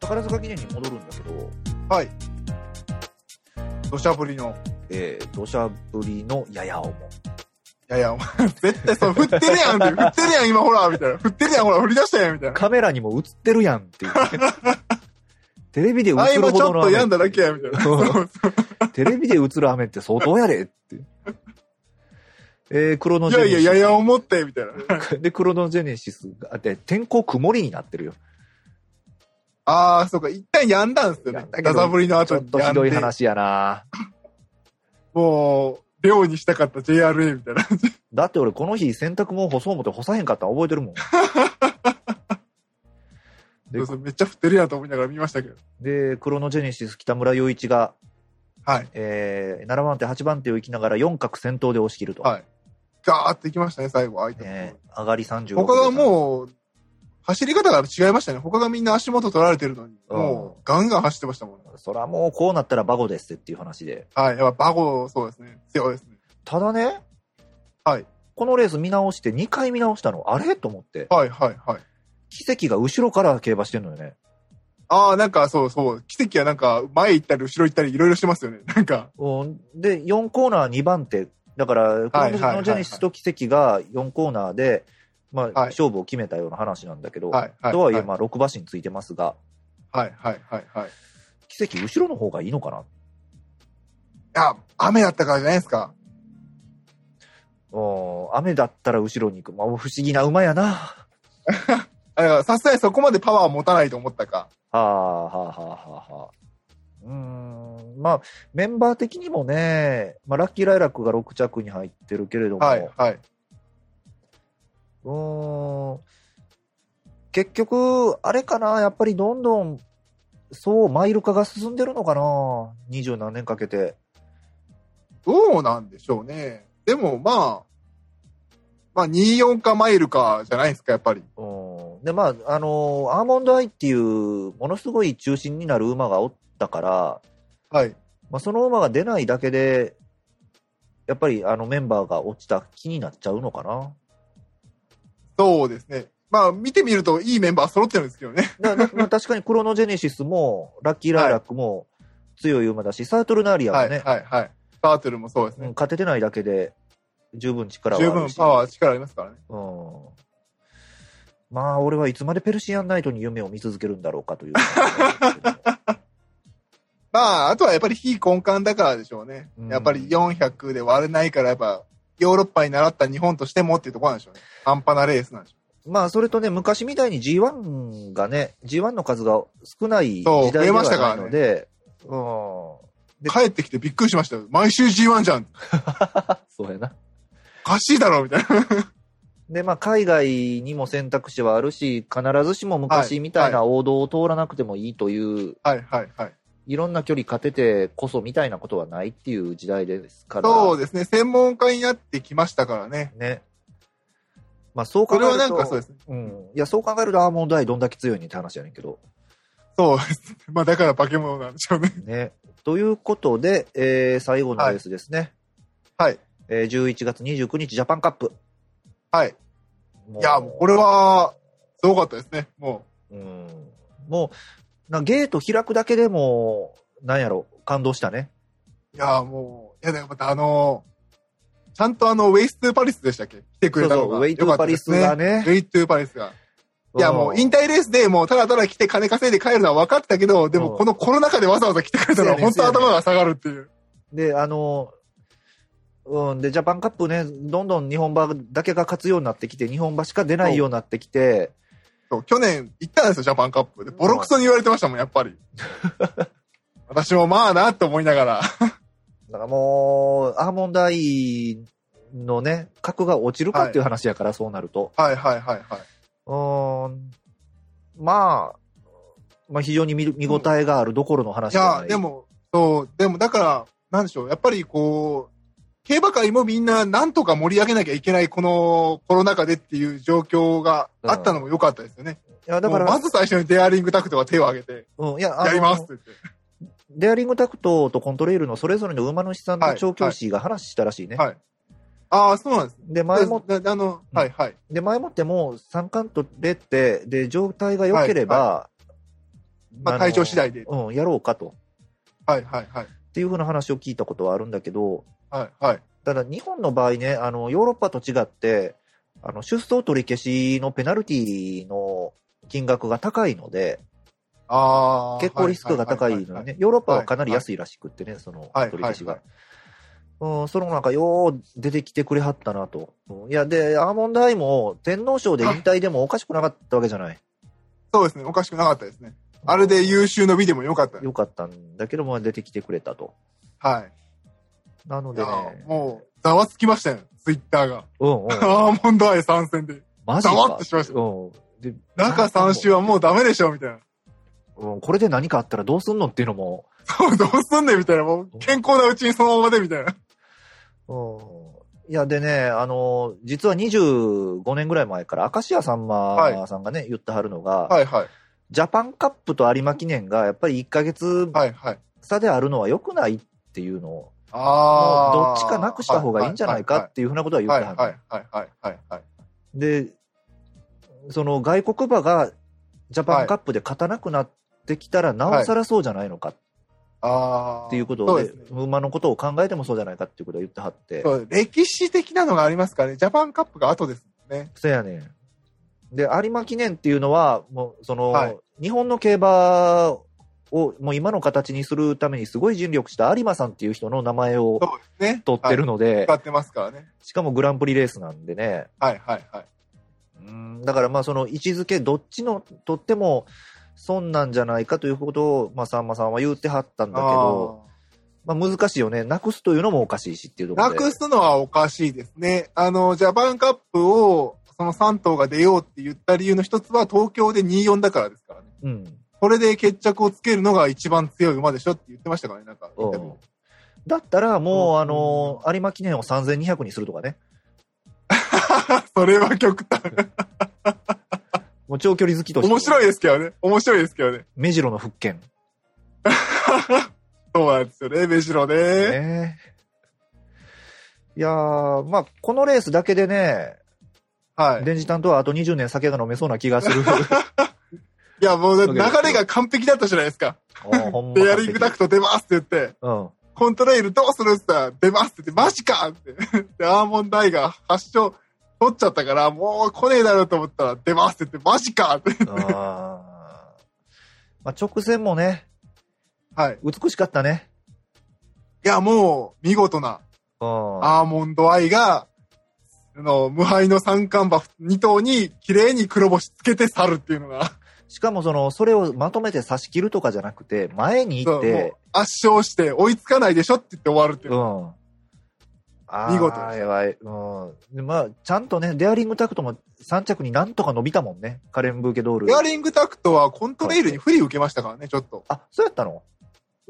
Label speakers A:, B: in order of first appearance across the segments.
A: 宝塚記念に戻るんだけど、
B: はい。土砂降りの。
A: えー、土砂降りのややおも。
B: いやいや、 お前、絶対それ振ってるやんって、振ってるやん、今ほら、みたいな。振ってるやん、ほら、振り出したやん、みたいな。
A: カメラにも映ってるやん っていう。テレビで映る
B: あ、
A: ほ
B: 今ち
A: ど
B: ょ
A: の
B: っと
A: 雨。
B: 病んだだけや、みたい な。
A: テレビで映る雨って相当やでっていう。えー、クロノ
B: い
A: ジェ
B: や
A: ネシ
B: いや、
A: ス。
B: やや思って、みたいな。
A: で、クロノジェネシスがあって、天候曇りになってるよ。
B: ああ、そうか、一旦やんだんすよ
A: や
B: ね
A: んだ。けど
B: ダザぶりの
A: ちょ
B: 後
A: っ
B: に
A: と
B: や
A: ひ
B: ん
A: どい
B: で。
A: 話やな
B: もう、寮にしたかった JRA みたいな。
A: だって俺この日洗濯物干そう思って干さへんかったの覚えてるもん。で
B: そうそうめっちゃ振ってるやんと思いながら見ましたけど。
A: で、クロノジェネシス北村雄一が、
B: はい。
A: えー、7番手、8番手を行きながら4角先頭で押し切ると。
B: はいガーっていきましたね、最後、相手のところ
A: えー上がり35
B: 他がもう、走り方が違いましたね。他がみんな足元取られてるのに、
A: うん
B: もうガンガン走ってましたもん、ね。
A: そらもうこうなったらバゴですっていう話で。
B: はい。やっぱバゴ、そうですね。強いですね。
A: ただね、
B: はい。
A: このレース見直して、2回見直したの、あれと思って、
B: はい、はい、はい。
A: 奇跡が後ろから競馬してんのよね。
B: ああ、なんかそうそう。奇跡はなんか、前行ったり後ろ行ったりいろいろしてますよね。なんか、
A: うん、で、4コーナー2番手。だから、こ
B: はいはいはい
A: のジェネシスと奇跡が4コーナーで、まあ、
B: はい
A: 勝負を決めたような話なんだけど、
B: はいはい
A: とはいえ、
B: はい
A: まあ、6馬身ついてますが、
B: はい、はい、はい、はい。い
A: 奇跡後ろの方がいいのかな
B: や、雨だったからじゃないですか。
A: うん、雨だったら後ろに行く。まあ、不思議な馬やな。
B: あれはさすがにそこまでパワーを持たないと思ったか。
A: はあ、はあ、はあ、はあ、はあ。うーん、まあ、メンバー的にもね、まあ、ラッキーライラックが6着に入ってるけれども、
B: はい、はい。
A: うーん、結局、あれかな、やっぱりどんどん、そう、マイル化が進んでるのかな、二十何年かけて。
B: どうなんでしょうね。でも、まあ、まあ、24かマイルかじゃないですか、やっぱり。
A: うん、で、まあ、あのーアーモンドアイっていう、ものすごい中心になる馬がおったから、
B: はい。
A: まあ、その馬が出ないだけで、やっぱりあのメンバーが落ちた気になっちゃうのかな。
B: そうですね。まあ、見てみると、いいメンバー揃ってるんですけどね。
A: だだまあ、確かにクロノジェネシスも、ラッキーライラックも強い馬だし、サートルナーリアも
B: は
A: ね、
B: い、はい、はい。タートルもそうです
A: うん
B: ね。
A: 勝ててないだけで、十分力はあ
B: 十
A: る
B: 分
A: し。
B: パワー、力ありますからね。
A: うん。まあ、俺はいつまでペルシアンナイトに夢を見続けるんだろうか という。
B: まあ、あとはやっぱり非根幹だからでしょうね
A: うん。
B: やっぱり400で割れないから、やっぱ、ヨーロッパに習った日本としてもっていうところなんでしょうね。半端なレースなんでしょ
A: まあ、それとね、昔みたいに G1 がね、G1 の数が少ない時
B: そう
A: 代ではないの
B: 増
A: で、うん。で
B: う。帰ってきてびっくりしましたよ。毎週 G1 じゃん。
A: そうやな。
B: おかしいだろ、みたいな。
A: で、まあ、海外にも選択肢はあるし、必ずしも昔みたいな王道を通らなくてもいいという、い
B: はい、はい、はい。
A: ろんな距離勝ててこそみたいなことはないっていう時代ですから。
B: そうですね。専門家になってきましたからね。
A: ね。まあ、そう考え
B: そ
A: る
B: れ
A: と。
B: はなんかそうですね。
A: うん。いや、そう考えるとアーモンドアイどんだけ強いねって話やねんけど。
B: そうですね。まあ、だから化け物なんでしょうね。
A: ね。ということで、えー、最後のレースですね。
B: はい。
A: えー、11月29日ジャパンカップ。
B: はい。
A: も
B: いや、もうこれは、すごかったですね。も
A: うん。もう、なゲート開くだけでも、なんやろ、感動したね。
B: う。いや、もう、いや、でもまたあの、ちゃんとあの、ウェイス・トゥ・パリスでしたっけ来て
A: そ
B: くれ
A: う
B: た
A: そ
B: の
A: う、
B: が。
A: ウェイトゥーパリス
B: よか
A: が
B: ったで
A: ね
B: す。ね。ウェイトゥ・パリス が。いや、もう引退レースでもうただただ来て金稼いで帰るのは分かってたけど、で
A: う
B: も
A: ん
B: このコロナ禍でわざわざ来てくれたのは
A: そうやね
B: 本当頭が下がるっていう。
A: で、あの、うん、で、ジャパンカップね、どんどん日本馬だけが勝つようになってきて、日本馬しか出ないようになってきて、
B: そう去年行ったんですよ、ジャパンカップ。で、ボロクソに言われてましたもん、やっぱり。私もまあなって思いながら。
A: だからもう、アーモンドアイのね、格が落ちるかっていう話やから、そうなると。
B: はいはいはいはい。
A: うーん。まあ、まあ非常に見る見応えがあるどころの話じ
B: い
A: ゃない。
B: や、で。も、そう、でもだから、なんでしょう、やっぱりこう、競馬界もみんななんとか盛り上げなきゃいけないこのコロナ禍でっていう状況があったのも良かったですよね。
A: いや、だから、
B: もうまず最初にデアリングタクトが手を挙げて、
A: うん、いや、あの
B: やりますって言って。
A: デアリングタクトとコントレイルのそれぞれの馬主さん
B: は
A: と
B: い
A: 調教師が話したらしいね。
B: はいああ、そうなんですね。
A: で、前も、
B: でであの、
A: うん
B: はいはい。
A: で、前もってもう三冠取れて、で、状態が良ければ、
B: まあ、体調次第で。
A: うん、やろうかと。
B: はいはいはい。
A: っていうふうな話を聞いたことはあるんだけど、
B: はいはい。
A: ただ日本の場合ね、あの、ヨーロッパと違って、あの、出走取り消しのペナルティの金額が高いので、
B: ああ。
A: 結構リスクが高いの
B: は
A: よ
B: はは
A: ね。ヨーロッパはかなり安いらしくってね、その取り消しが。うん、そのなんかよう出てきてくれはったなと。うんいや、で、アーモンドアイも天皇賞で引退でもおかしくなかったわけじゃない。
B: そうですね。おかしくなかったですね。あれで優秀の美でもよかったね。
A: よかったんだけど、まあ出てきてくれたと。
B: はい。
A: なの
B: い
A: で
B: や
A: ね、
B: もう、ざわつきましたよ。ツイッターが。
A: うんうん。
B: アーモンドアイ参戦で。
A: マジか。
B: ざわっとしました
A: うん。で、
B: 中3週はもうダメでしょ、みたいな。
A: うん、これで何かあったらどうすんのっていうのも、
B: そう、どうすんねん、みたいな。もう、健康なうちにそのままで、みたいな。
A: いや、でね、あの、実は25年ぐらい前から、明石家さんまさんがね、言ってはるのが、
B: はいはい。
A: ジャパンカップと有馬記念が、やっぱり1ヶ月
B: はいはい。
A: 差であるのは良くないっていうのを、
B: ああ。
A: どっちかなくした方がいいんじゃないかっていうふうなことは言っ
B: はい
A: て
B: は
A: はいる。
B: はいはいはいはい。
A: で、その外国馬がジャパンカップで勝たなくなってきたら、なおさらそうじゃないのか
B: ああ。
A: っていうこと
B: そう
A: で、
B: ですね。
A: 馬のことを考えてもそうじゃないかっていうことを言ってはって。
B: そう歴史的なのがありますからね。ジャパンカップが後ですもんね。
A: そやねん。で、有馬記念っていうのは、もう、その、
B: はい
A: 日本の競馬を、もう今の形にするためにすごい尽力した有馬さんっていう人の名前を
B: そうですね。
A: 取ってるので、
B: 使ってますからね。
A: しかもグランプリレースなんでね。
B: はいはいはい。
A: うんだからまあその位置づけ、どっちのとっても損なんじゃないかということを、まあさんまさんは言ってはったんだけど、まあ難しいよね。なくすというのもおかしいしっていうとこ
B: な
A: ろで。
B: くすのはおかしいですね。あの、ジャパンカップを、その3頭が出ようって言った理由の一つは東京で24だからですからね。
A: うん。
B: これで決着をつけるのが一番強い馬でしょって言ってましたからね、なんか。
A: うんだったらもう、
B: うん
A: あの、有馬記念を3200にするとかね。
B: それは極 端。
A: もう長距離好きとして。
B: 面白いですけどね。面白いですけどね。
A: 目白の復権。
B: そうなんですよね、目白ね。
A: ねいやー、まあ、このレースだけでね、
B: はい。
A: 電磁担当はあと20年酒が飲めそうな気が する。
B: いや、もう流れが完璧だったじゃないですか。
A: おーほんま
B: デアリングダクト出ますって言って、
A: うん。
B: コントレイルどうするって言ったら、出ますって言って、マジかって。 で、アーモンドアイが発症取っちゃったから、もう来ねえだろうと思ったら、出ますって言って、マジかって。
A: あ ーまあ、直線もね、
B: はい。
A: 美しかったね。
B: いや、もう、見事な、
A: うん。
B: アーモンドアイが、あの、無敗の三冠馬2頭に、綺麗に黒星つけて去るっていうのが、
A: しかもその、それをまとめて差し切るとかじゃなくて、前に行っ
B: そうも
A: て
B: う、圧勝して、追いつかないでしょって言って終わるっていう
A: う。ん。あー
B: 見事で
A: やばい。うん。でまあ、ちゃんとね、デアリングタクトも3着になんとか伸びたもんね。カレンブーケドール。
B: デアリングタクトはコントレイルに不利受けましたからね、ちょっと。
A: あ、そうやったの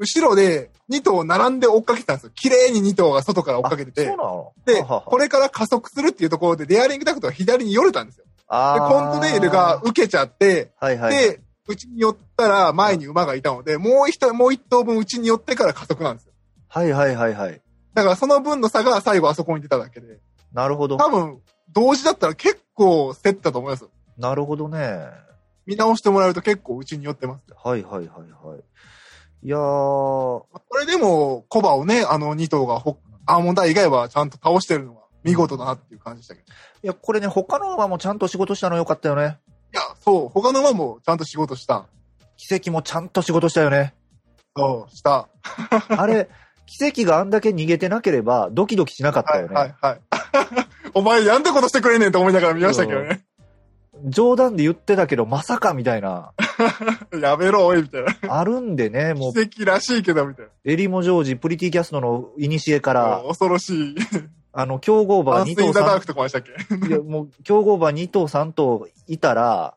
B: 後ろで2頭並んで追っかけてたんですよ。綺麗に2頭が外から追っかけて
A: あそうな
B: て。
A: の
B: で、
A: ははは
B: これから加速するっていうところで、デアリングタクトが左によれたんですよ。
A: あ
B: で、
A: ー
B: コントレイルが、受けちゃって、
A: はいはい、
B: で、うちに寄ったら前に馬がいたので、もう一頭、もう一頭分うちに寄ってから加速なんですよ。
A: はいはいはいはい。
B: だからその分の差が最後あそこに出ただけで、
A: なるほど。
B: 多分、同時だったら結構競ったと思いますよ。
A: なるほどね。
B: 見直してもらうと結構うちに寄ってます。
A: はいはいはいはい。いやー、
B: これでも、コバをね、あの2頭がほ、アーモンダー以外はちゃんと倒してるのは見事だなっていう感じでしたけど。
A: いや、これね、他の馬もちゃんと仕事したのよかったよね。
B: いや、そう、他の馬もちゃんと仕事した。
A: 奇跡もちゃんと仕事したよ ね。
B: そう、した。
A: あれ、奇跡があんだけ逃げてなければ、ドキドキしなかった
B: は
A: よ
B: い
A: ね。
B: はいはい。 お前なんてことしてくれんねんと思いながら見ましたけどね。
A: 冗談で言ってたけど、まさかみたいな。
B: やめろ、おい、みたいな。
A: あるんでね、もう、
B: 奇跡らしいけど、みたい
A: エリモジョージ、プリティキャストの古か
B: な。
A: ら、
B: 恐ろしい。
A: あの、競合馬
B: ア
A: が
B: ンス・イ
A: 2
B: ン・ザ・
A: 頭
B: ダー
A: 3
B: クとかでしたっけは
A: 頭、いや、もう、競合馬2頭3頭いたら、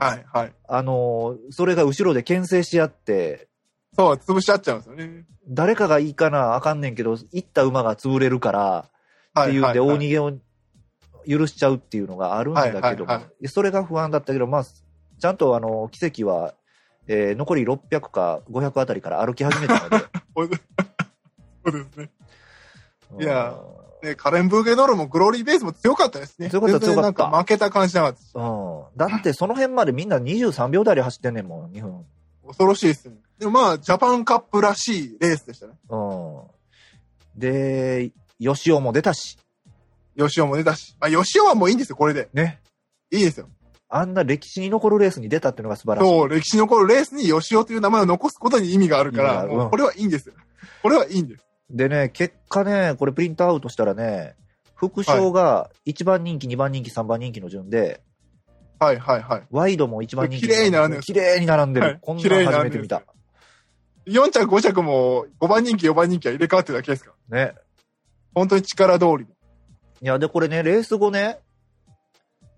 B: いはい。
A: あのーそれが後ろで牽制し合って、
B: そう、潰し合っちゃうんですよね。
A: 誰かがいいかなあかんねんけど、行った馬が潰れるから、っ
B: は
A: てい
B: い
A: うんで、
B: はい、は
A: 大逃
B: い。
A: げを許しちゃうっていうのがあるんだけども、
B: はいはいは
A: それが不安だったけど、まあ、ちゃんとあの、奇跡は、えー残り600か500あたりから歩き始めたので。
B: お そうですね。
A: うん
B: いやね、カレン・ブーゲノールもグローリーベースも強かったですね。
A: 強かった
B: 全然
A: 強かった
B: なんか負けた感じなかったです。
A: うん。だってその辺までみんな23秒台で走ってんねんもん、2分。
B: 恐ろしいですね。でもまあ、ジャパンカップらしいレースでしたね。
A: うん。で、吉尾も出たし、
B: 吉尾も出たし。まあ、吉尾はもういいんですよ、これで。
A: ね。
B: いいですよ。
A: あんな歴史に残るレースに出たっていうのが素晴らしい。
B: そう、歴史に残るレースに吉尾という名前を残すことに意味があるか
A: 意味があ
B: ら、
A: る
B: も
A: うん
B: うこれはいいんですよ。これはいいんです。
A: でね、結果ね、これプリントアウトしたらね、副賞が1番人気、2番人気、3番人気の順で、
B: はいはいはい。
A: ワイドも1番人気。
B: 綺麗に並んでる
A: 綺麗に並んでる。
B: はい
A: こんな
B: 綺麗
A: ん
B: に
A: 初
B: 並
A: め
B: んで
A: て
B: る
A: 見た。
B: 4着5着も5番人気4番人気は入れ替わってるだけですから。
A: ね。
B: 本当に力通
A: い
B: り。
A: や、で、これね、レース後ね、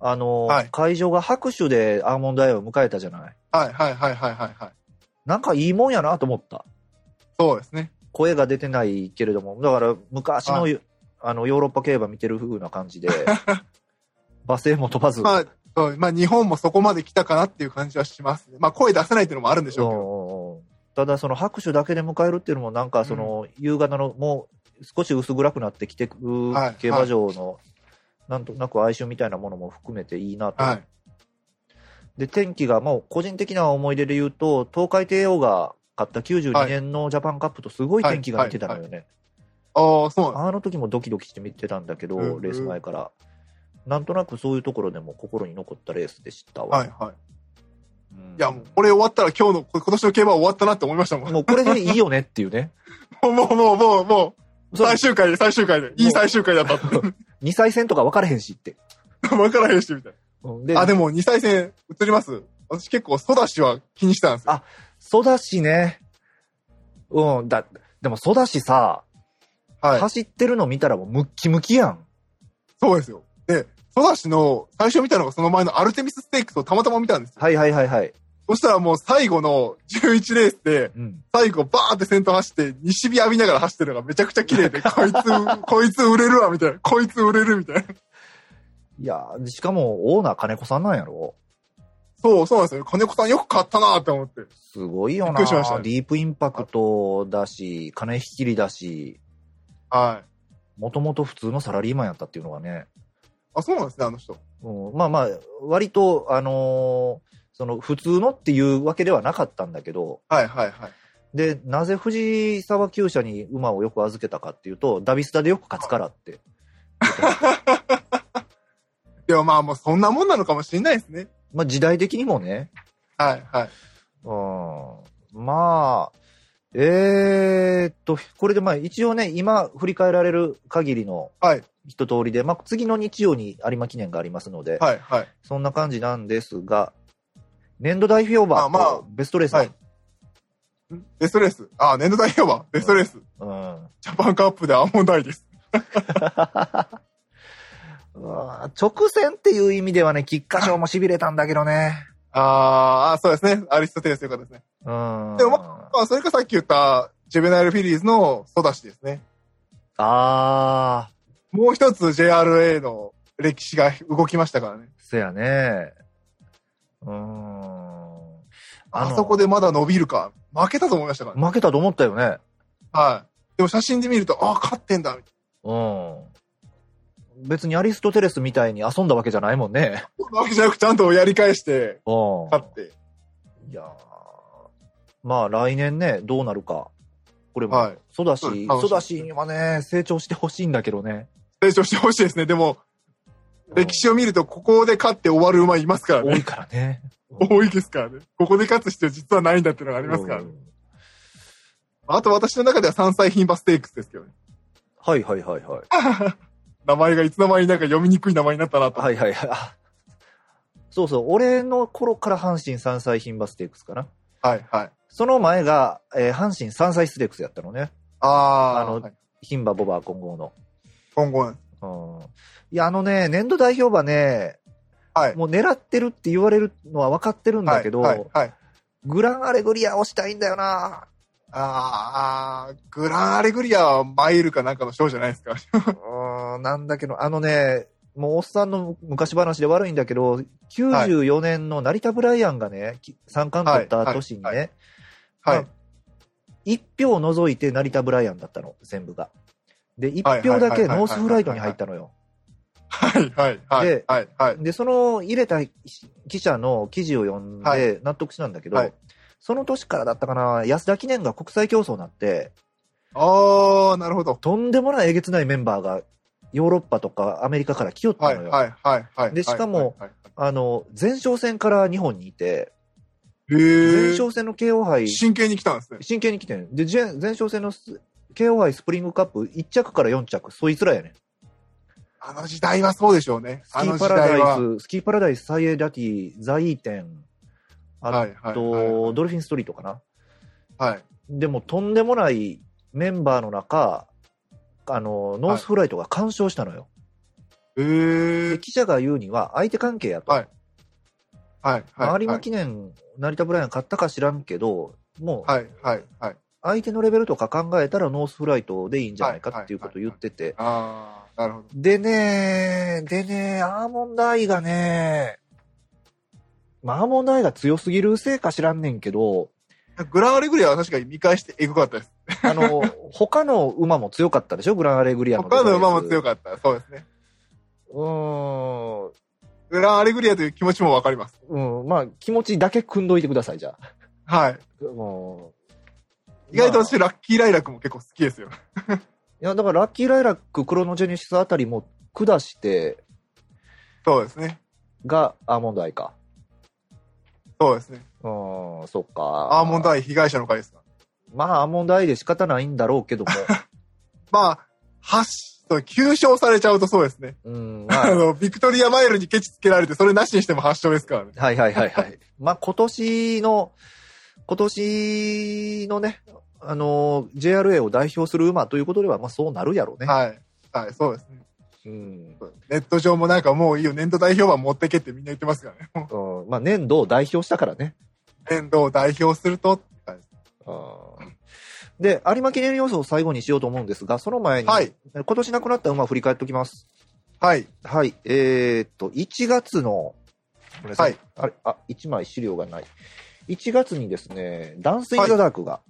A: あの、
B: はい
A: 会場が拍手でアーモンドアイを迎えたじゃない。
B: はいはいはいはいはいはい。
A: なんかいいもんやなと思った。
B: そうですね。
A: 声が出てないけれども、だから昔の,、あのヨーロッパ競馬見てる風な感じ で、罵声も飛ばず、
B: まあ、そうまあ日本もそこまで来たかなっていう感じはしますね。まあ声出せないっていうのもあるんでし
A: う
B: ょ
A: ん
B: う
A: う
B: けど。
A: んうんただその拍手だけで迎えるっていうのも、なんかその夕方のもう少し薄暗くなってきてくる
B: はい
A: 競馬場の、なんとなく哀愁みたいなものも含めていいなと。
B: はい。
A: で、天気がもう個人的な思い出で言うと、東海帝王が勝った92年のジャパンカップとすごい天気が似てたのよね。
B: ああ、そうなんで
A: あの時もドキドキして見てたんだけど、
B: うんうん
A: レース前から。なんとなくそういうところでも心に残ったレースでした
B: す。
A: わ。
B: はいはい。
A: うん
B: いや、もう、これ終わったら今日の、こ今年の競馬終わったなって思いましたもん。も
A: もうこれでいいよねっていうね。
B: う、もう、もう、もう、もう、
A: そう
B: 最終回で、最終回で、いい最終回だったって。
A: 2歳戦とか分からへんしって。
B: わからへんし、みたい
A: うんで
B: な。あ、、でも、2歳戦、映ります私結構、ソダシは気にしてたんですよ。
A: ソダシね。うん、だ、でもソダシさ、
B: はい。
A: 走ってるの見たらもうムッキムキやん。
B: そうですよ。で、ソダシの、最初見たのがその前のアルテミスステークスをたまたま見たんですよ。
A: はいはいはいはい。
B: そしたらもう、最後の11レースで、
A: うん。
B: 最後バーって先頭走って、西日浴びながら走ってるのがめちゃくちゃ綺麗で、こいつ、こいつ売れるわ、みたいな。こいつ売れる、みたいな。
A: いやー、しかもオーナー金子さんなんやろ
B: そう、そうなんですよ。金子さんよく買ったなって思って。
A: すごいよな
B: びっくりしましたね
A: ディープインパクトだし、金引きりだし、
B: はい。
A: もともと普通のサラリーマンやったっていうのがね。
B: あ、そうなんですね、あの人。
A: うん、まあまあ、割と、あのーその普通のっていうわけではなかったんだけど、
B: はいはいはい。
A: で、なぜ藤沢厩舎に馬をよく預けたかっていうと、ダビスタでよく勝つからって。
B: でもまあもうそんなもんなのかもしれないですね。
A: まあ時代的にもね、
B: はいはい。
A: うん、まあ、えー、っと、これでまあ一応ね、今振り返られる限りの
B: はい
A: 一通りで、まあ次の日曜に有馬記念がありますので、
B: はいはい。
A: そんな感じなんですが、年度代表馬
B: あまあ
A: とベストレース、
B: はいベストレース。あ、年度代表はベストレース。
A: うん
B: ジャパンカップでアーモンドアイです。
A: うわー直線っていう意味ではね、菊花賞も痺れたんだけどね。
B: あーあ、そうですね。アリストテレスよかったですね。
A: うん。
B: でもまあ、それかさっき言った、ジェベナイルフィリーズのソダシですね。
A: あー、
B: もう一つ JRA の歴史が動きましたからね。
A: そやね。うん。
B: あそこ
A: で。
B: でまだ伸びるか。負けたと思いましたからね。
A: 負けたと思ったよね。
B: はい。でも写真で見ると、ああ、勝ってんだ。
A: うん。別にアリストテレスみたいに遊んだわけじゃないもんね。
B: 負けじゃなくちゃんとやり返して、
A: うん。
B: 勝って。
A: いやーまあ来年ね、どうなるか。これも、
B: はい
A: ソダ
B: そうで
A: シ、
B: す楽しみ
A: ソダシにはね、成長してほしいんだけどね。
B: 成長してほしいですね。でも、歴史を見ると、ここで勝って終わる馬いますから
A: 多
B: ね。
A: いからね。
B: 多いですからね。ここで勝つ必要実はないんだ っていうのがあ
A: あ
B: りますからね。あと私の中では山菜牝馬ステークスですけどね。
A: はいはいはいはい。
B: 名前がいつの間になんか読みにくい名前になったなと。
A: はいはいはいあ。そうそう、俺の頃から阪神三歳牝馬ステークスかな。
B: はいはい。
A: その前が、えー阪神三歳ステークスやったのね。
B: ああ、
A: あの
B: はい
A: 牝馬ボバー混合の。
B: 今後なんです。
A: うん。いや、あのね、年度代表馬ね、
B: はい。
A: もう狙ってるって言われるのは分かってるんだけど、
B: はい。はいはい。
A: グランアレグリアをしたいんだよな。
B: あーあー、グランアレグリアはマイルかなんかの賞じゃないですか。
A: うん、なんだけど、あのね、もうおっさんの昔話で悪いんだけど、94年の成田ブライアンがね、き三冠取った年に
B: はい
A: ね、
B: は
A: はい
B: い。
A: 1票除いて成田ブライアンだったの、全部が。で、
B: はい
A: 1票だけ
B: はいはいはいはい
A: ノースフライトに入ったのよ。
B: はいはいは
A: で
B: い。はいはい。
A: で、その入れた記者の記事を読ん
B: は
A: で納得したんだけど、
B: はい
A: その年からだったかな、安田記念が国際競争になって、
B: ああ、なるほど。
A: とんでもないえげつないメンバーが、ヨーロッパとかアメリカから来よった
B: は
A: の
B: い、
A: よ。
B: はい、はい、はい。
A: でしかも
B: はい、はい
A: あの、前哨戦から日本にいて、
B: はい
A: 前
B: へ
A: 哨戦の KO 杯
B: え。、真剣に来たんですね。
A: 真剣に来てん。で、前前哨戦のス KO 杯スプリングカップ1着から4着、そいつらやねん。
B: あの時代はそうでしょうね。
A: スキ
B: あの
A: ー
B: 時
A: パラ
B: 代は。
A: ダイス、スキーパラダイス、サイエダティ、ザイーテン、あ
B: はい、はい。
A: と、
B: はい
A: ドルフィンストリートかな。
B: はい。
A: でもとんでもないメンバーの中、あの、ノースフライトが干渉したのよ。
B: へ
A: で
B: え。
A: 記者が言うには相手関係やと。
B: はいはい、はい。
A: 有馬記念、成田ブライアン勝ったか知らんけど、もう
B: はい、はい、はい。
A: 相手のレベルとか考えたらノースフライトでいいんじゃないかっていうことを言ってて。
B: ああ、なるほど。
A: でね、でね、アーモンドアイがね、まあ、アーモンドアイが強すぎるせいか知らんねんけど、
B: グランアレグリアは確かに見返してエグかったです。
A: あ の、他の馬も強かったでしょグランアレグリアの。
B: 他の馬も強
A: か
B: かった。そうですね。
A: った。うーん。
B: グランアレグリアという気持ちもわかります。
A: うん、まあ、気持ちだけ組んどいてください、じゃあ。
B: はい。
A: もう
B: 意外と
A: まあ
B: 私、ラッキーライラックも結構好きですよ。
A: いや、だからラッキーライラック、クロノジェネシスあたりも下して
B: そうですね。
A: がアーモンドアイか。
B: そうですね。
A: うーん、そっか。
B: アーモンドアイ被害者の会ですから。
A: まあ、アーモンドアイで仕方ないんだろう けども。
B: まあ、はし、そう急勝されちゃうとそうですね。
A: うん、ま
B: あ
A: あ、
B: の、ビクトリアマイルにケチつけられて、それなしにしても発勝ですからね。
A: はいはいはいはい。まあ、今年の、今年のね、あの、JRA を代表する馬ということでは、まあ、そうなるやろうね。
B: はい。はい、そうですね。
A: うん。
B: ネット上もなんかもういいよ、年度代表は持ってけってみんな言ってますからね。も
A: うん、まあ、年度を代表したからね。
B: う年度を代表するとって感じ、
A: あーで、有馬記念要素を最後にしようと思うんですが、その前に、
B: はい、
A: 今年亡くなった馬を振り返っておきます。
B: はい、
A: はい、えーっと、1月の、ごめんなさい。あれ、あ、1枚資料がない。1月にですね、ダンス・イン・ザ・ダークが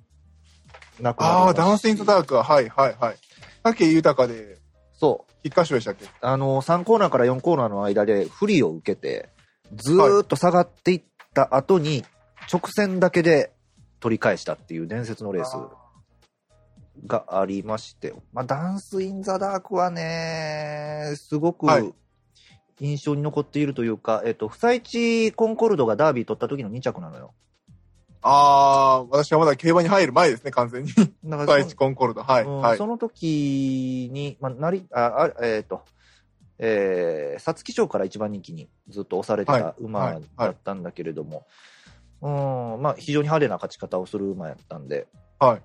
A: 亡くなりま
B: ああ、
A: した
B: ダンスイントダークは、はい、はい、はい。武豊で、
A: そう。
B: 一箇所でしたっけ
A: あの、3コーナーから4コーナーの間で不利を受けて、ずーっと下がっていった後に、直線だけで取り返したっていう伝説のレース。がありまして、まあ、ダンス・イン・ザ・ダークはね、すごく
B: はい
A: 印象に残っているというか、えっと、不イ地コンコルドがダービー取った時の2着なのよ。
B: ああー、私はまだ競馬に入る前ですね、完全に。
A: だからそ
B: 第一コンコルド。はい、
A: うん
B: はい。
A: その時に、まあ、なり、あ、あえっ、と、えー、皐月賞から一番人気にずっと押されてた
B: はい
A: 馬
B: はい
A: だったんだけれども、うん、まあ、非常に派手な勝ち方をする馬やったんで、
B: はい。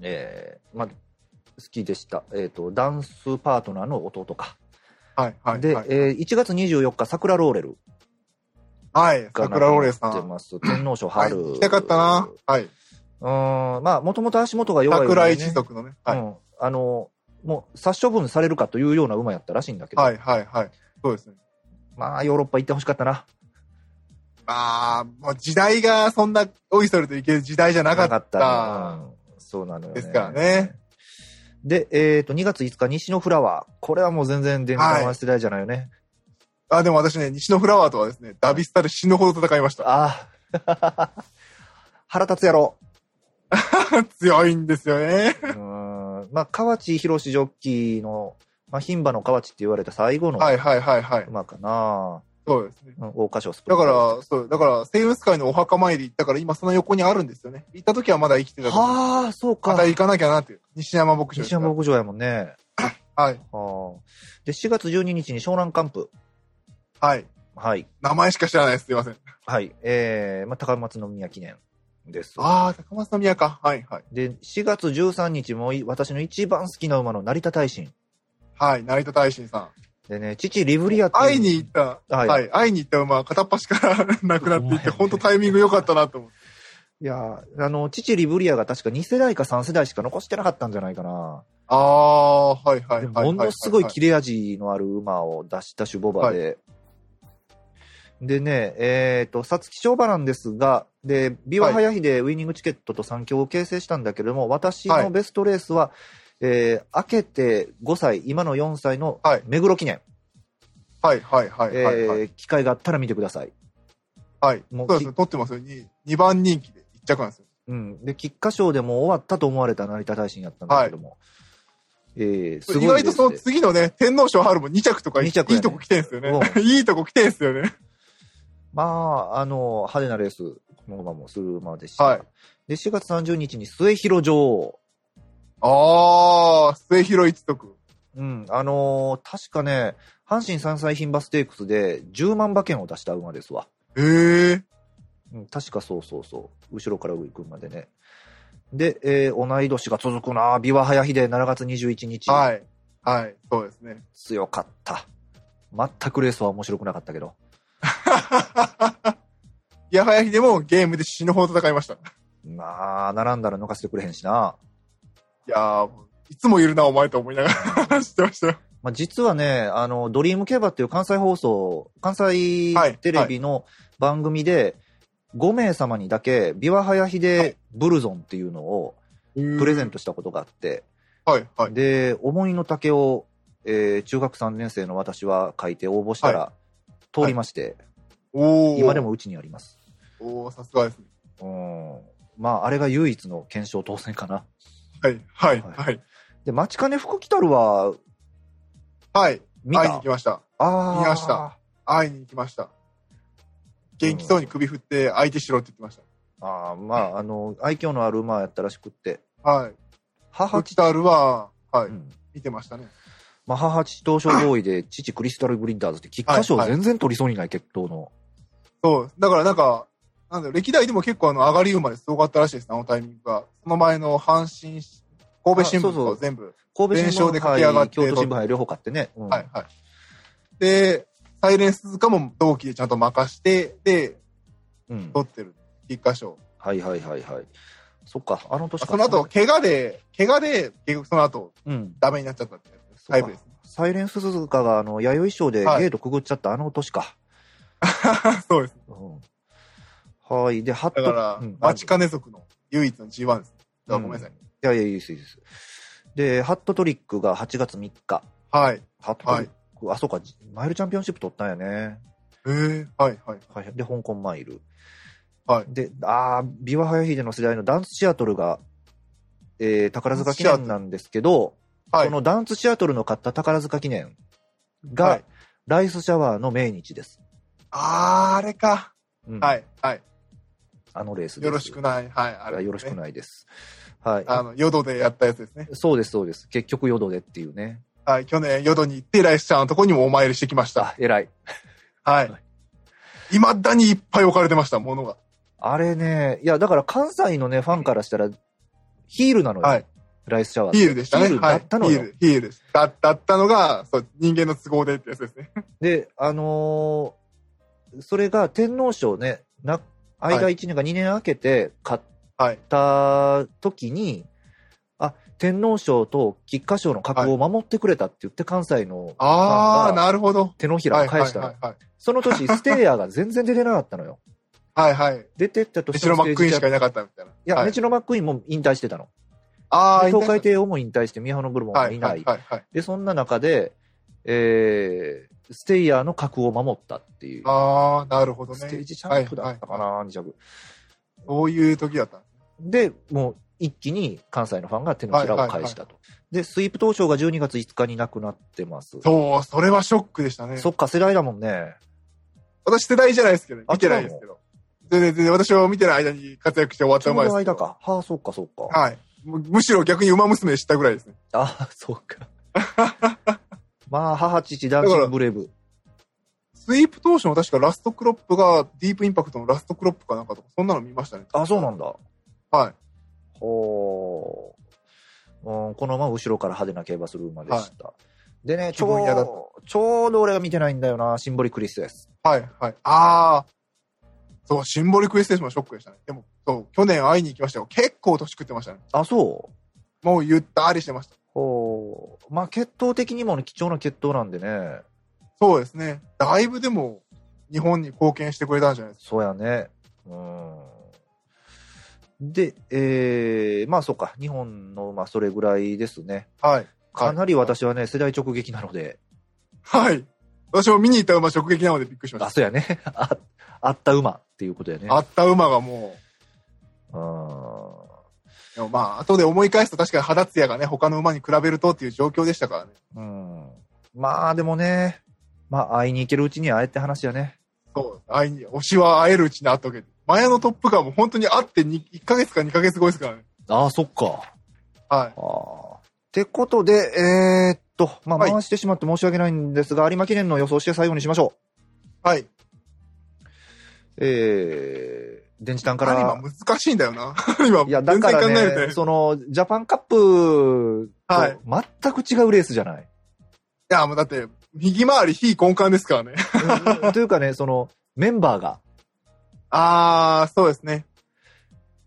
A: えー、まあ、好きでした。えっ、と、ダンスパートナーの弟か。
B: はい、はい。
A: で、
B: はい
A: えー1月24日、桜ローレル
B: はい、
A: が
B: 桜ローレさ
A: 出
B: ん。
A: ます。天皇賞
B: はい、
A: 春。
B: 行きたかったな。はい。
A: うーん、まあ、もともと足元が弱いので
B: 桜一族のね。は
A: う
B: い、
A: ん。あの、もう殺処分されるかというような馬やったらしいんだけど、
B: はい、はい、はい。そうですね。
A: まあ、ヨーロッパ行ってほしかったな。
B: まあ、もう時代がそんな、おいそれといける時代じゃなかった。
A: なうんそうなのよね。
B: ですからね。
A: で、えっ、と、2月5日、西のフラワー。これはもう全然電
B: はい
A: 話世代じゃないよね。
B: あ、でも私ね、西のフラワーとはですね、ダビスタで死ぬほど戦いました。
A: ああ。 腹立つやろ。
B: 強いんですよね。
A: うーん。まあ、河内博士ジョッキーの、まあ、牝馬の河内って言われた最後の
B: はいはいはいはい。
A: 馬かな。
B: そうですね。
A: うん、桜花賞スプリ
B: だ
A: ング
B: から、そう、だから、セイウス会のお墓参り行ったから、今その横にあるんですよね。行った時はまだ生きてたから、
A: はあ、そう
B: ま
A: か
B: た。行かなきゃなっていう。西山牧場です
A: 西
B: から
A: 山牧場やもんね。
B: はい。
A: はあ。で、4月12日に湘南カンプ。
B: はい。
A: はい。
B: 名前しか知らないです。すいません。
A: はい。えー、まあ、高松宮記念です。
B: ああ、高松宮か。はいはい。
A: で、4月13日もい私の一番好きな馬の成田大臣。
B: はい。成田大臣さん。
A: でね、父リブリアっていう
B: 会いに行った、
A: は
B: はいい。会いに行った馬は片っ端から 亡くなっていって、
A: お前
B: 本当タイミング良かったなと思って。
A: いやー、あの、父リブリアが確か2世代か3世代しか残してなかったんじゃないかな。
B: ああ、はいはい
A: で
B: はいはい。
A: ものすごい切れ味のある馬を出した種ボバで、でね、えっ、と、皐月賞馬なんですが、で、ビワ早日でウィニングチケットと3強を形成したんだけれども、私
B: は
A: の
B: い
A: ベストレースは、えー、明けて5歳、今の4歳の
B: はい
A: 目黒記念、
B: はいはいはいはいはい。
A: えー機会があったら見てください。
B: はい。
A: もう
B: そうですね、取ってますよ。2, 二番人気で一着なんですよ。
A: うん。で、菊花賞でも終わったと思われた成田大臣やったんですけども。えー、す
B: 意
A: ごいで
B: 外と
A: す
B: その次のね、天皇賞春も2着とかいい
A: 二着やね
B: いいとこ来てんすよね。いいとこ来てんすよね。
A: まあ、あの、派手なレース、この馬もする馬でした。
B: はい
A: で、4月30日に末広女王。
B: あー、末広一徳。
A: うん、あのー確かね、阪神三歳牝馬ステークスで10万馬券を出した馬ですわ。
B: へー。
A: うん、確かそうそうそう。後ろから上行くまでね。で、えー同い年が続くな。琵琶早秀7月21日。
B: はい。はい。そうですね。
A: 強かった。全くレースは面白くなかったけど。
B: いやはやひでもゲームで死ぬほど戦いました。い
A: まあ、並んだら抜かしてくれへんしな。
B: やー、いつもいるな、お前と思いながら 話してましたよ。
A: まあ、実はね、あの、ドリーム競馬っていう関西放送、関西
B: はい
A: テレビの番組で、5名様にだけ、ビワハヤヒデブルゾンっていうのをプ
B: プ
A: レゼン。トしたことがあって、
B: はい、はい。
A: で、思いの丈を、えー中学3年生の私は書いて応募したら、通りまして、
B: おー。
A: 今で。もうちにあります。
B: おー、さすがですね。
A: うん。まあ、あれが唯一の検証当選かな。
B: はい、はい、
A: はい
B: はい。
A: で、待ちかね服来たるは、
B: はい。
A: 見
B: 会いに行
A: た
B: きました。
A: あー
B: 見ました。会いに行きました。元気そうに首振って相手しろって言ってまし
A: あーまあ、あの、愛嬌のある馬やったらしくって、
B: た。はい。
A: 母
B: ク
A: 父
B: チタールは、はい、
A: うん
B: 見てましたね。
A: まあ、母父東証合意で、父クリスタルブリッダーズって、菊花賞
B: はいはい
A: 全然取りそうにない決闘の。
B: そう。だからなんか、なんだろう歴代でも結構あの、上がり馬ですごかったらしいですね、あのタイミングが。その前の阪神、神戸新聞
A: あそうそ
B: と
A: う
B: か全部。
A: 神戸新
B: 連勝
A: 聞
B: で駆け上が
A: 杯、
B: って
A: 京都新聞杯両方買ってね。うん
B: はい、はい。で、サイレンスズカも同期でちゃんと任して、で、
A: うん
B: 取ってる。一箇所。
A: はいはいはいはい。そっか、あの年か
B: その後、、怪我で、怪我で、結局その後、
A: うん。
B: ダメになっちゃったってやつ。
A: そ
B: タ
A: う
B: イプで
A: か
B: す。
A: サイレンス鈴鹿が、あの、弥生賞でゲ
B: はい
A: ートくぐっちゃったあの年か。
B: そうです。
A: うんはい。で、ハッ
B: だから、マチ
A: か。
B: カネ族の唯一の G1 です。だからごめんなさい。
A: いやいや、いいです、いいです。で、ハットトリックが8月3日。
B: はい。へ
A: ハットトリック、あ、そうか、マイルチャンピオンシップ取ったんやね。
B: えはい、はい。
A: はいで、香港マイル。
B: はい
A: で、ああ、ビワハヤヒデの世代のダンスシアトルが、えー、宝塚記念なんですけど、
B: はい
A: こ。のダンスシアトルの買った宝塚記念が、
B: はい
A: ライスシャワーの命日です。
B: あー、あれか。
A: うん
B: はい、はい。
A: あのレースです。
B: よろしく
A: い
B: ない。はい、あれ、
A: やよろしくないです。はい。
B: あの、ヨドでやったやつですね。
A: そうです、そうです。結局、淀でっていうね。
B: はい、去年、ヨドに行って、ライスちゃんのとこにもお参りしてきました
A: あ。、偉い。
B: はい
A: は。
B: いまだにいっぱい置かれてました、ものが。
A: あれね、いや、だから関西のね、ファンからしたら、ヒールなのよ。
B: はい
A: ライスシャワーって。
B: ヒールでしたね。
A: ヒールだったの
B: はい、
A: よ。
B: ヒール、ヒールです。だ、だったのが、そう、人間の都合でってやつですね。
A: で、あのーそれが天皇賞ね、な間1年か2年空けて買っ
B: はい。
A: た時に、あ、天皇賞と菊花賞の格を守ってくれたって言って関西のファ
B: あー、
A: ンが
B: なるほど。
A: 手のひら
B: は
A: を
B: い、は
A: 返
B: い、は
A: したの。
B: い。はい
A: その 年、ステイヤーが全然出てなかったのよ。
B: はい、はい。
A: 出てったと
B: メ
A: し
B: チ
A: て
B: ロ
A: も
B: マ
A: ステージ
B: ックイーン
A: じゃ
B: しかいなかったみたいな。
A: いや、
B: はい
A: メチロマックイーンも引退してたの。
B: あー、
A: で東海
B: い
A: 帝王も引退して、宮原ブルボンも
B: はいい、
A: ない。
B: はい、はいはい。
A: で、そんな中で、えー、ステイヤーの格を守ったっていう。
B: あー、なるほどね。
A: ステージチャンプだったか
B: はいは
A: な、
B: い
A: 2着。
B: そういう時だった。
A: で、もう一気に関西のファンが手のひらを返したと。で、スイープ東証が12月5日に亡くなってます。
B: そう、それはショックでしたね。
A: そっか、世代だもんね。
B: 私世代じゃないですけど、
A: あ
B: 見てないですけど。全然、全然、私を見てる間に活躍して終わっ
A: ち
B: た
A: ょうど
B: 馬です。
A: 間。か。はあ、そっか、そっか。
B: はい。むむしろ逆に馬娘知ったぐらいですね。
A: あ、そう か。まあ、母、父、ダンシングブレイブ。
B: スイープ当初の確かラストクロップが、ディープインパクトのラストクロップかなんかとか、そんなの見ましたね。
A: あ、そうなんだ。
B: はい。
A: ほう。うん、このまま後ろから派手な競馬する馬でした。でね、ち
B: 気分嫌だっ
A: ょう、ちょうど俺が見てないんだよな、シンボリクリスです。
B: はい、はい。あー。そう、シンボリクエステーションもショックでしたね。でも、そう、去年会いに行きましたよ。結構年食ってましたね。
A: あ、そう
B: もうゆったりしてました。
A: ほう。まあ、血統的にもね貴重な血統なんでね。
B: そうですね。だいぶでも、日本に貢献してくれたんじゃないです
A: そうやね。うん。で、えー、まあそうか、日本の、まあそれぐらいですね。
B: か。はい。
A: かなり私はね、世代直撃なので、
B: はい。私も見に行った馬直撃なのでびっくりし ま
A: あ、
B: し
A: そうやね。ああった馬っていうことやね。
B: た。あった馬がもう、
A: うん
B: でもまあ、後で思い返すと確かに肌ツヤがね、他の馬に比べるとっていう状況でしたからね。
A: うん。まあでもね、まあ会いに行けるうちに会えって話やね。
B: そう、会いに、推しは会えるうちに会っとけ。前のトップガンも本当に会ってに1ヶ月か2ヶ月後ですからね。
A: ああ、そっか。
B: はい。
A: ああ。ってことで、えーっと、まあ
B: はい
A: 回してしまって申し訳ないんですが、有馬記念の予想して最後にしましょ
B: はい。
A: う。えー、電池単か
B: アリ
A: ら
B: マ。難しいんだよな。 アリマ
A: いや、だ
B: 全然
A: か
B: 考
A: ら
B: える
A: ね、
B: ね。
A: その、ジャパンカップと
B: はい
A: 全く違うレースじゃ ない。
B: いや、もうだって、右回り非根幹ですからね。
A: というかね、その、メンバーが、
B: あー、そうですね。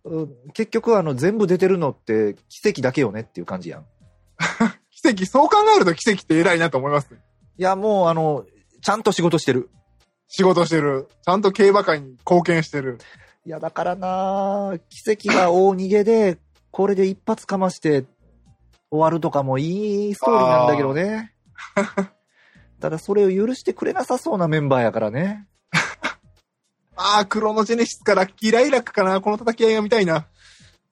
A: うん結局あの、全部出てるのって奇跡だけよねっていう感じやん。い
B: 奇跡、そう考えると奇跡って偉いなと思います。
A: や、もうあの、ちゃんと仕事してる。
B: 仕事してる。ちゃんと競馬界に貢献してる。
A: いや、だからなあ奇跡が大逃げで、これで一発かまして終わるとかもいいストーリーなんだけど ね。ただそれを許してくれなさそうなメンバーやからね。
B: あー、クロノジェネシスかラッキーライラックかな。この叩き合いが見たいな。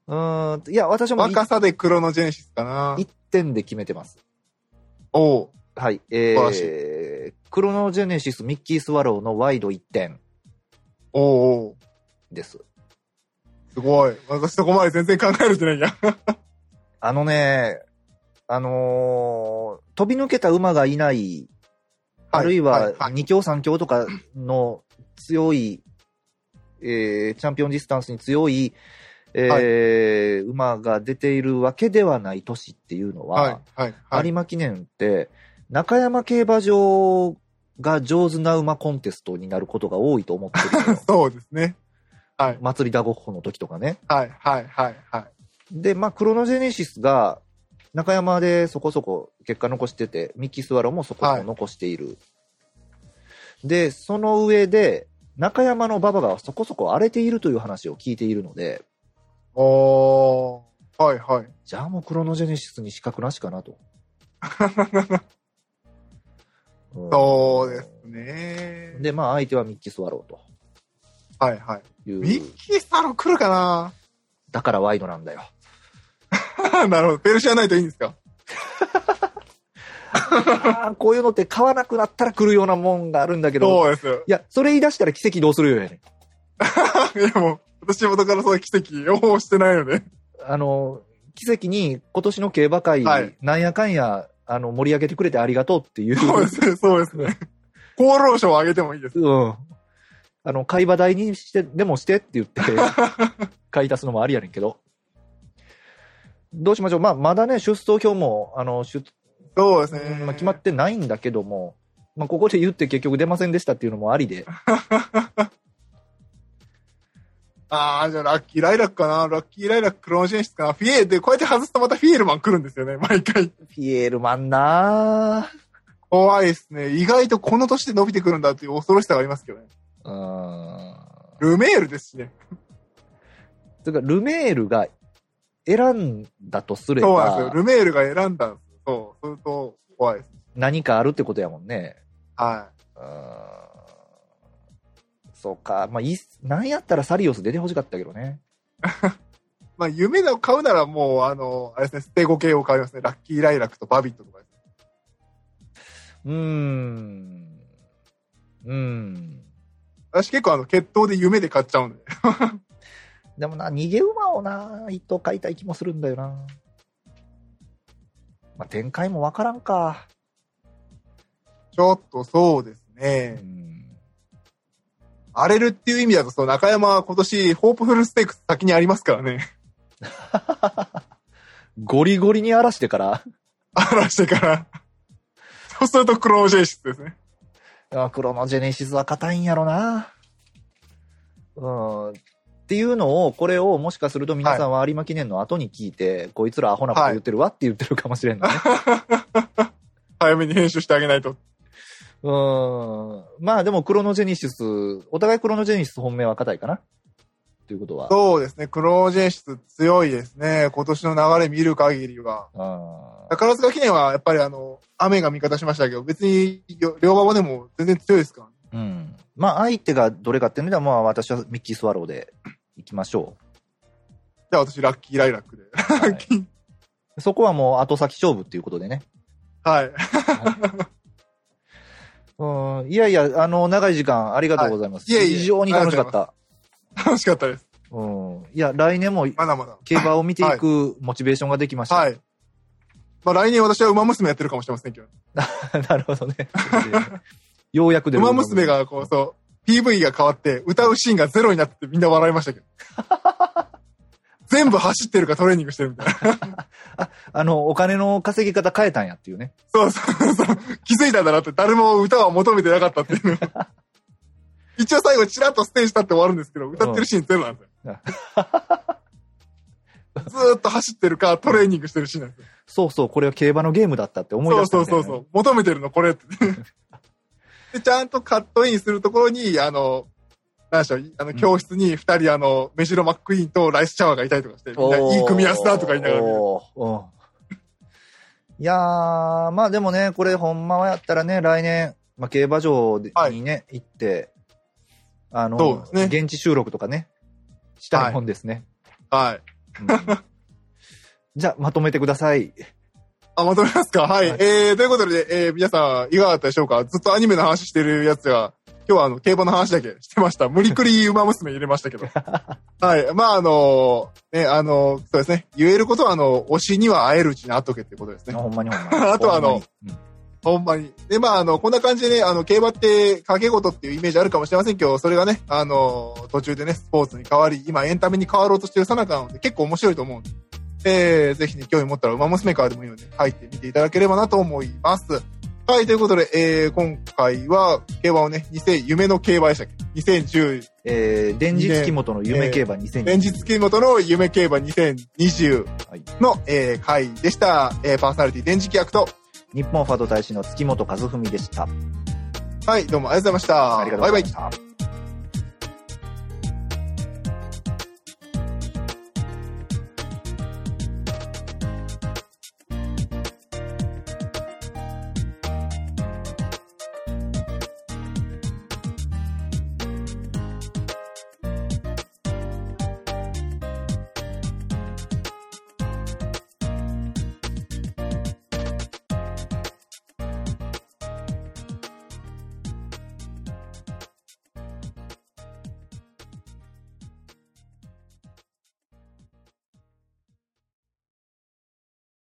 A: うーん、いや、私も
B: 若さでクロノジェネシスかな。
A: 1点で決めてます。
B: おう。
A: はい。え
B: 晴らし
A: ー、クロノジェネシス、ミッキー・スワローのワイド1点
B: おうおう。
A: です。
B: すごい。私そこまで全然考えるじゃないや。
A: あのね、あのー飛び抜けた馬がいない、あるいは2強3強とかの強い、えーチャンピオンディスタンスに強い、えー
B: は
A: 馬が出ているわけではない都市っていうのは、
B: はい、はい、はい。
A: 有馬記念って、中山競馬場が上手な馬コンテストになることが多いと思ってるのよ
B: そうですね。はい、
A: 祭りだごっこの時とかね。
B: はい、はい、はい、はい。
A: で、まあ、クロノジェネシスが、中山でそこそこ結果残してて、ミッキー・スワローもそこそこ残している。で、その上で、中山の馬場がそこそこ荒れているという話を聞いているので、
B: おー。はい、はい。
A: じゃあもうクロノジェネシスに資格なしかな と。うん
B: そうですね。
A: で、まあ相手はミッキー・スワロー
B: はいはい。
A: とい
B: ミ
A: う
B: ッ、キースタロー来るかな
A: だからワイドなんだよ。
B: なるほど。ペルシアないといいんですか
A: あーこういうのって買わなくなったら来るようなもんがあるんだけど、
B: そうです よ。
A: いや、それ言い出したら奇跡どうするよやね。
B: いやもう、私元からその奇跡、予報してないので。
A: あの、奇跡に今年の競馬会、
B: はい
A: なんやかんや、あの、盛り上げてくれてありがとうっていう、
B: そうですね、そうで すね。厚労省を上げてもいいです。
A: うん。あの、会話代にして、でもしてって言 って、買い足すのもありやねんけど。どうしましょう。まあ、まだね、出走表も、あの、出、
B: そうですね。
A: まあ、決まってないんだけども、まあ、ここで言って結局出ませんでしたっていうのもありで、
B: ああ、じゃあラッキーライラックかな。ラッキーライラック、クローンジェンシスかな。フィエーで、こうやって外すとまたフィエールマン来るんですよね、 毎回。
A: ピエールマンな
B: 怖いですね。意外とこの年で伸びてくるんだっていう恐ろしさがありますけどね。
A: ぁ。うん。
B: ルメールですしね。
A: というか、ルメールが選んだとすれ
B: そうなんですよ。
A: ば、
B: ルメールが選んだんですよ。そう。それと、怖いです。
A: 何かあるってことやもんね。
B: はい。
A: あーそうか。まあ、いいっすなんやったらサリオス出てほしかったけどね。
B: まあ、夢を買うならもう、あの、あれですね、捨て子系を買いますね。ラッキーライラックとバビットとかですね。
A: うーん。うーん。
B: 私結構あの、決闘で夢で買っちゃうんで。
A: でもな、逃げ馬をな、一頭買いたい気もするんだよな。まあ、展開もわからんか。
B: ちょっとそうです
A: う
B: ね。
A: ん。
B: 荒れるっていう意味だと、その中山は今年、ホープフルステークス先にありますからね。
A: ゴリゴリに荒らしてから、
B: 荒らしてから。そうするとクロージェイシスですね。
A: あクロノジェネシスは硬いんやろな。うん。っていうのを、これをもしかすると皆さんは有馬記念の後に聞いて、こいつらアホなこと言ってるわって言ってるかもしれんのね。
B: 早めに編集してあげないと。
A: うーん。まあでも、クロノジェニシス、お互いクロノジェニシス本命は硬いかなということは。
B: そうですね。クロージェイシス強いですね。今年の流れ見る限りは。
A: あー
B: 宝塚記念はやっぱりあの、雨が味方しましたけど、別によ両馬場でも全然強いですから、ね。
A: うん。まあ、相手がどれかっていうのでは、まあ、私はミッキー・スワローで行きましょ
B: じゃあ私ラッキーライラックで。
A: はいそこはもう後先勝負っていうことでね。
B: はい。
A: うん、いやいや、あの、長い時間ありがとうございます。
B: はいいえいえ
A: 非常に楽しかった。
B: 楽しかったです。
A: うん。いや、来年も
B: まだまだ。
A: 競馬を見ていくモチベーションができました。
B: はい。まあ来年私は馬娘やってるかもしれませんけど。
A: なるほどね。 ようやくでも
B: 馬娘がこう、そう、PV が変わって、歌うシーンがゼロになっててみんな笑いましたけど。 全部走ってるかトレーニングしてるみたいな。
A: あの、お金の稼ぎ方変えたんやっていうね。
B: そうそうそう。気づいたんだなって、誰も歌は求めてなかったっていうの。 一応最後、チラッとステージ立って終わるんですけど、歌ってるシーンゼロなんですよ。 ずーっと走ってるか、トレーニングしてるシーンなんですよ。
A: そうそう、これは競馬のゲームだったって思い出したん
B: そう
A: だ
B: そ
A: よ
B: う
A: ね、
B: そうそう。求めてるの、これって。 で、ちゃんとカットインするところに、あの、なんでしょう、あの、教室に二人、あの、メジロ・マックイーンとライス・シャワーがいたりとかして、みんな
A: おー
B: いい組み合わせだとか言いながら見る。
A: おーうんいやー、まあでもね、これほんまはやったらね、来年、まあ、競馬場で
B: はい
A: にね、行って、あの、
B: そうですね
A: 現地収録とかね、したいもんですね。
B: はい。
A: うんじゃあ、まとめてください。
B: あ、まとめますかはい。
A: はい
B: えー、ということで、えー、皆さん、いかがだったでしょうかずっとアニメの話してるやつが、今日はあの、競馬の話だけしてました。無理くり馬娘入れました けど。はい。まあ、あのね、あのそうですね。言えることは、あの、推しには会えるうちに会っとけってことですね。
A: ほんまにほんまに。
B: あとはあの
A: ほんまに、うん
B: ほんまに。で、まあ、あの、こんな感じでね、あの、競馬って掛け事っていうイメージあるかもしれませんけど、それがね、あの、途中でね、スポーツに変わり、今エンタメに変わろうとしてるさなかなので、結構面白いと思うんで、えー、ぜひね、興味持ったら、馬娘からでもいいので、入ってみていただければなと思います。はい、ということで、えー、今回は、競馬をね、2000、夢の競馬でしたっけ ?2010、
A: えー、電日木本の夢競馬2020。
B: 連日金元の夢競馬2020
A: はい
B: の、えー、回でした。えー、パーソナリティ電磁気役と、
A: 日本ファド大使の月本和文でした。
B: はい、どうもありがとうございました。
A: ありがとうござい
B: バイバ
A: ま
B: イ
A: した。